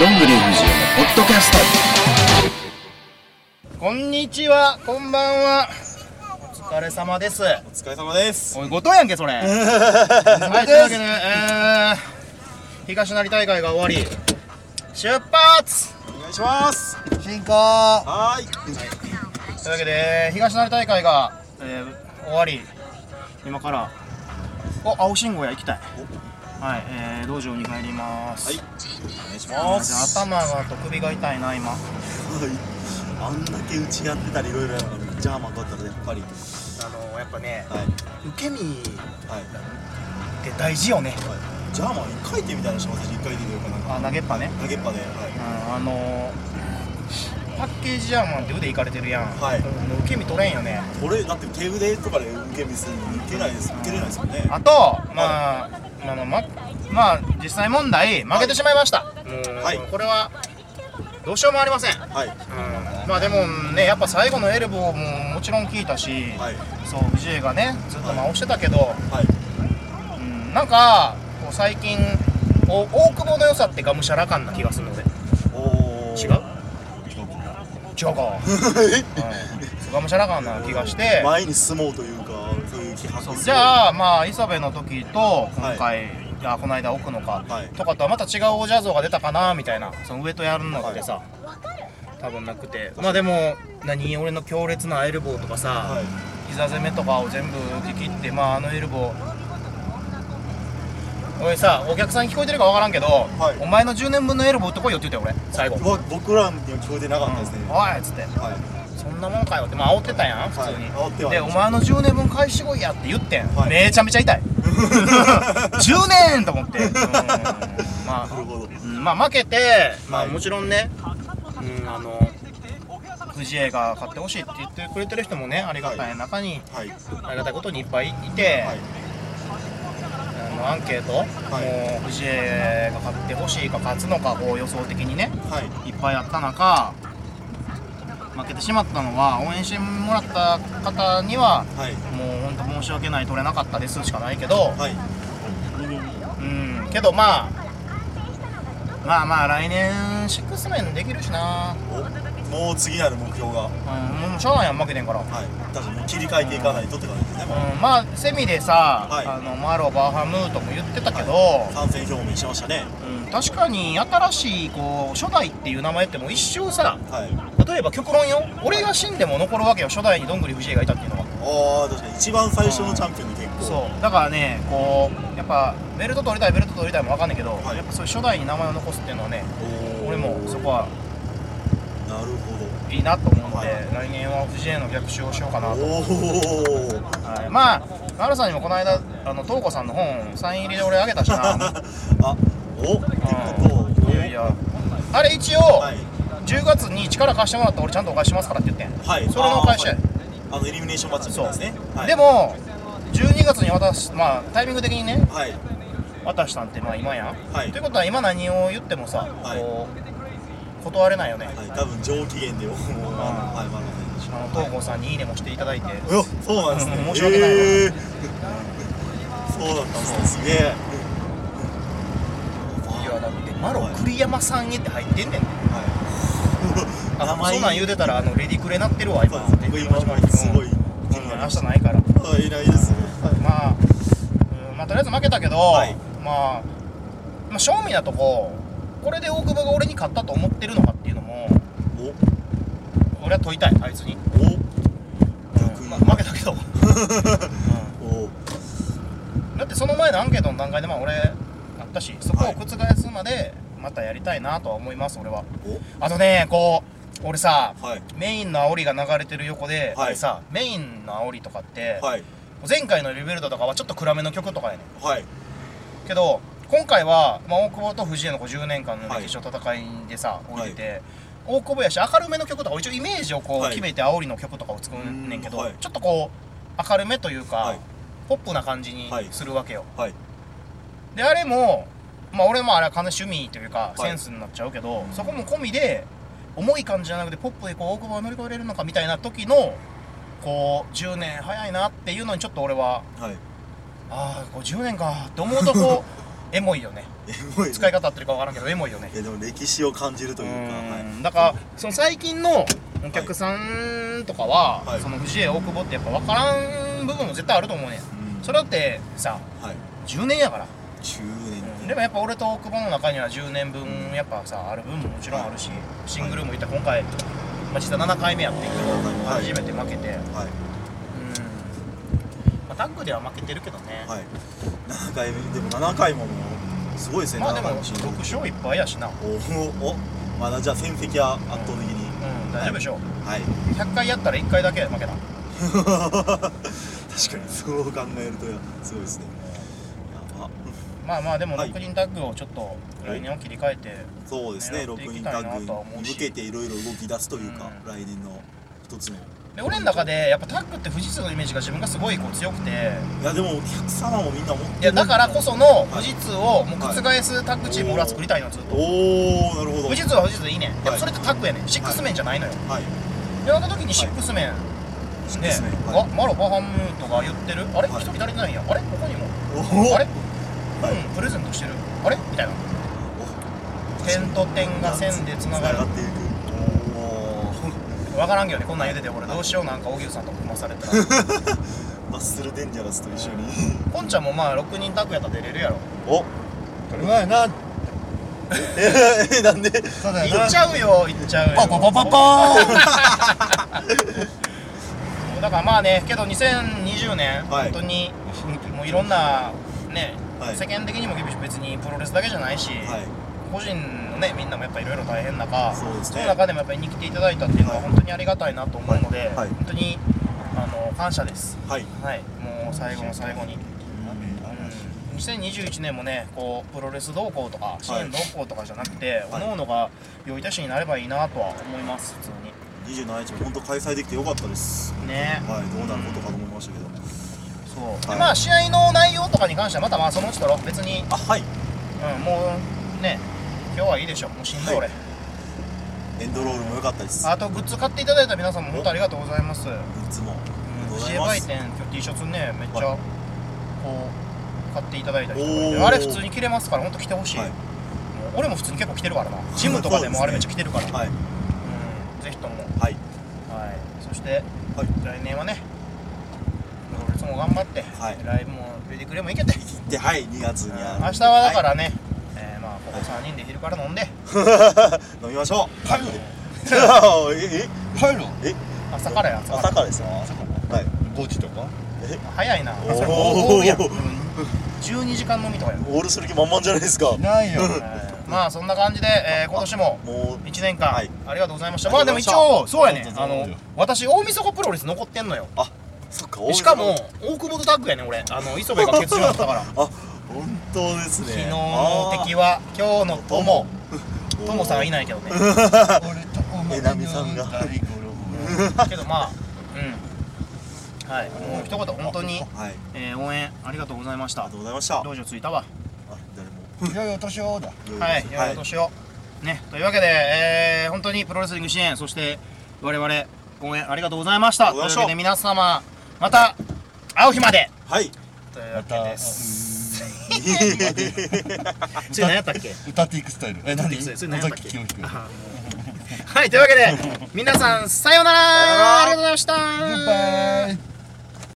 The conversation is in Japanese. どんぐり藤枝のポッドキャスこんにちは、こんばんは。お疲れ様です。お疲れ様です。おい、後藤やんけ、それ。はい、というわけで、えー、東成大会が終わり、出発お願いします。進行はーい。というわけで、東成大会が、えー終わり、今から、お、青信号や行きたい。はい、えー、道場に帰ります。はいお願いします。頭がと首が痛いな、今。あんだけ打ち合ってたりいろいろやるのにジャーマンだったらやっぱり。あの、やっぱね、はい受け身っはい。て大事よね。はい、ジャーマン一回転みたいなしてます。一回転というかなんかあ、投げっぱね。投げっぱで。はい。うんあのー、パッケージジャーマンって腕いかれてるやん、はいもう受け身取れんよねこれだって手腕とかで受け身するのに受けないです。受けれないですよね。あと、まあ、まあまあままあ実際問題負けてしまいました、はいもうこれはどうしようもありません、はい。まあでもねやっぱ最後のエルボーももちろん効いたし、はい。そう藤江がねずっと回してたけど、はい。うんなんかこう最近お大久保の良さってがむしゃら感な気がするのでおお。違う違う。違うか、うん、そうがむしゃら感な気がして前に進もうというかそういう気迫すごいじゃあまあ磯部の時と今回、はいやこの間奥のか、はいとかとはまた違うおジャズが出たかなみたいなその上とやるのってさ、多分なくてまあでも何俺の強烈なエルボーとかさ、はい。膝攻めとかを全部受け切ってまああのエルボー俺さお客さんに聞こえてるか分からんけど、いお前の10年分のエルボー打ってこいよって言ったよ俺最後、うわ僕らには聞こえてなかったですね。おいっつってはい。そんなもんかよってまあ煽ってたやん普通に、はい煽ってはでいまおし前の10年分返してこいやって言ってん、 はいめちゃめちゃ痛い10年と思って、うんまなるほど。あ、まあ負けて、まあはいもちろんね、うん、あの藤江が買ってほしいって言ってくれてる人もねありがたい中に、はい。ありがたいことにいっぱいいて、はい。あのアンケート、いもう藤江が買ってほしいか勝つのかこう予想的にねはい。いっぱいあった中負けてしまったのは応援してもらった方にははい。もう本当申し訳ない取れなかったですしかないけどはい。うんけどまあまあまあ来年シックスメンできるしなおもう次なる目標うが。んもうしゃあないやん負けてんから、う、はい、確かに切り替えていかないとって感じですね、もうんまあセミでさ、はいあのマロバーハムートも言ってたけど、参戦表明しましたね、うん、確かに新しいこう初代っていう名前ってもう一生さはい、例えば極論よ俺が死んでも残るわけよ初代にどんぐり藤江がいたっていうのはああ、確かに一番最初のチャンピオンに結構、そうだからねこうやっぱベルト取りたいベルト取りたいも分かんないけど、はいやっぱそういう初代に名前を残すっていうのはねおー俺もそこはなるいいなと思うので、はい来年は藤江の逆襲をしようかなと、ほど、おお、はい、まあマルさんにもこの間あの東子さんの本サイン入りで俺あげたし なあおってこと、うんいやいやあれ一応、はい、 10月に力貸してもらったら俺ちゃんとお返ししますからって言ってんはい、それのお返しやあーはいあのエリミネーションマッチみたいなですね、はい、で、も12月に渡すまあタイミング的にねはい、渡したんってまあ今やん、はいということは今何を言ってもさ、はいこう断れないよね、はい、多分上機嫌で、もう、あのはい、まだあの東郷さんに「いいね」もしていただいてよそうなんですね、うん申し訳ないわえーそうだったんですね、すげえ、いやだってマロ栗山さんへって入ってんねんはい、あそんなん言うてたらあのレディクレなってるわそ今うです僕今まですごいうん気にな明りま日した。ないからあ、いないですね。まあ、うんまあとりあえず負けたけど、はいまあ、まあ正味なとここれで大久保が俺に勝ったと思ってるのかっていうのもお、俺は問いたいあいつに、お、う逆んにまあ、負けたけ ど、うお、んだってその前のアンケートの段階でまあ俺あったしそこを覆すまでまたやりたいなとは思います俺はあとねこう俺さお、はい、メインの煽りが流れてる横で、はいあれさメインの煽りとかって、はい、前回のリベルドとかはちょっと暗めの曲とかやねんはい、けど今回は、まあ、大久保と藤江のこう10年間の歴史の戦いでさ、い置いてて、大久保やし明るめの曲とか一応イメージをこう、はい決めて煽りの曲とかを作んねんけど、うんはいちょっとこう明るめというか、はいポップな感じにはいするわけよ、はい、であれもまあ俺もあれは完全に趣味というか、はいセンスになっちゃうけどそこも込みで重い感じじゃなくてポップでこう大久保を乗り越えれるのかみたいな時のこう10年早いなっていうのにちょっと俺ははい、ああこう10年かって思うとこう エモいよねエモいね使い方合ってるかわからんけどエモいよねいやでも歴史を感じるというか、はいうんだからその最近のお客さんとかは、はいその藤江大久保ってやっぱ分からん部分も絶対あると思うねんうんそれだってさはい、 10年やから、 10年って、でもやっぱ俺と大久保の中には10年分やっぱさある分ももちろんあるし、シングルもいった今回、まあ、実は7回目やってんけど、はい初めて負けて、うんはいまあ、タッグでは負けてるけどね、はい、7回目でも7回ももうすごいですね、まあでも7回もシング6ル勝1敗やしな、うん、おおおまだじゃあ戦績は圧倒的に、大丈夫でしょ、はい 100回やったら1回だけ負けた確かにそう考えるとすごいですねやばまあまあでもはい6人タッグをちょっと来年を切り替えて、そうですね狙って6いき人たタいなッグとは思うにし向けていろいろ動き出すというか、うん来年の一つのいで俺の中でやっぱタッグって富士通のイメージが自分がすごいこう強くてやでもお客様もみんな思ってるいやだからこそのい富士通をもう覆すタッグチームを俺は作りたいのずっとおおなるほど富士通は富士通でいいねんでもはいそれってタッグやねんシックスメンじゃないのよはいでなった時にシックスメンそうねですねあはいマロバハムートが言ってるあれ一はい人足りてないんやあれここにもおおあれはいうんプレゼントしてるあれみたいな点と点が線でつながる繋っていく おお分からんけどねこんなん言うてて俺どうしようなんか荻生さんと組まされたら マッスルデンジャラスと 一緒にこんちゃんもまあ6人タッグやったら出れるやろお うまいなえー、なんでそうだよ行なっちゃうよ行っちゃうよパパパパパーン だからまあねけど2020年、は本い当にもういろんなね、はい世間的にも厳しい別にプロレスだけじゃないし、はい個人のねみんなもやっぱいろいろ大変な中そうですねの中でもやっぱりに来ていただいたっていうのははい本当にありがたいなと思うので、はいはい本当にあの感謝ですはいはいもう最後の最後に、うん、2021年もねこうプロレス同行とか支援同行とかじゃなくて、各々が良い足しになればいいなとは思います普通27日も本当開催できてよかったですにねはいどうなることかと思いましたけどそう、はでいまあ試合の内容とかに関してはまたまあそのうちだろ別に、あはいうん、もうね今日はいいでしょもうしんどいは俺、いエンドロールも良かったですあとグッズ買っていただいた皆さんも本当ありがとうございますグッズもありがとうござ自い衛ま売す店今日 T シャツねめっちゃはこう買っていただいた人がいておーあれ普通に着れますから本当着てほしい、はいもう俺も普通に結構着てるからなジムとかでもあれめっちゃ着てるから、はいうん、ぜひともはいはいそしてはい来年はね俺いつも頑張って、はいライブもレディクレも行けてではい2月にある明日はだからね、えーまあここ3人で昼から飲んで、はい 飲みましょうはいええ入るえ朝からや朝か朝からですよはい5時とから早いなおーそれもうやんうん12時間飲みとかやん、オールする気満々じゃないですかいないよえーまあそんな感じで、えー今年ももう1年間、はいありがとうございましたあまありでがとうもございまし一た応そうやねありがあとうございまのす私大晦日プロレス残ってんのよあそっかしかも大久保とタッグやね俺あの磯部が欠場だったからあ本当ですね昨日の敵は今日の友友さんはいなないいけどね俺とお前えなみさんが誰かけどまあうんはいもう一言本当に、はいありえー応援ありがとうございましがたとうございましたあ道場着いたわ誰も俺 良いお年をだはい、良いお年を。ね、というわけで、えー本当にプロレスリング支援、そして我々応援ありがとうございました。あとりいうがわけとうござでい皆様、また会う日まではいというまわけたうんです。 それ何やったっけ歌っていくスタイルえ何歌っていくスタイルそれ野何やったっ崎け清彦はい、というわけで、皆さん、さようならありがとうございましたグッバイ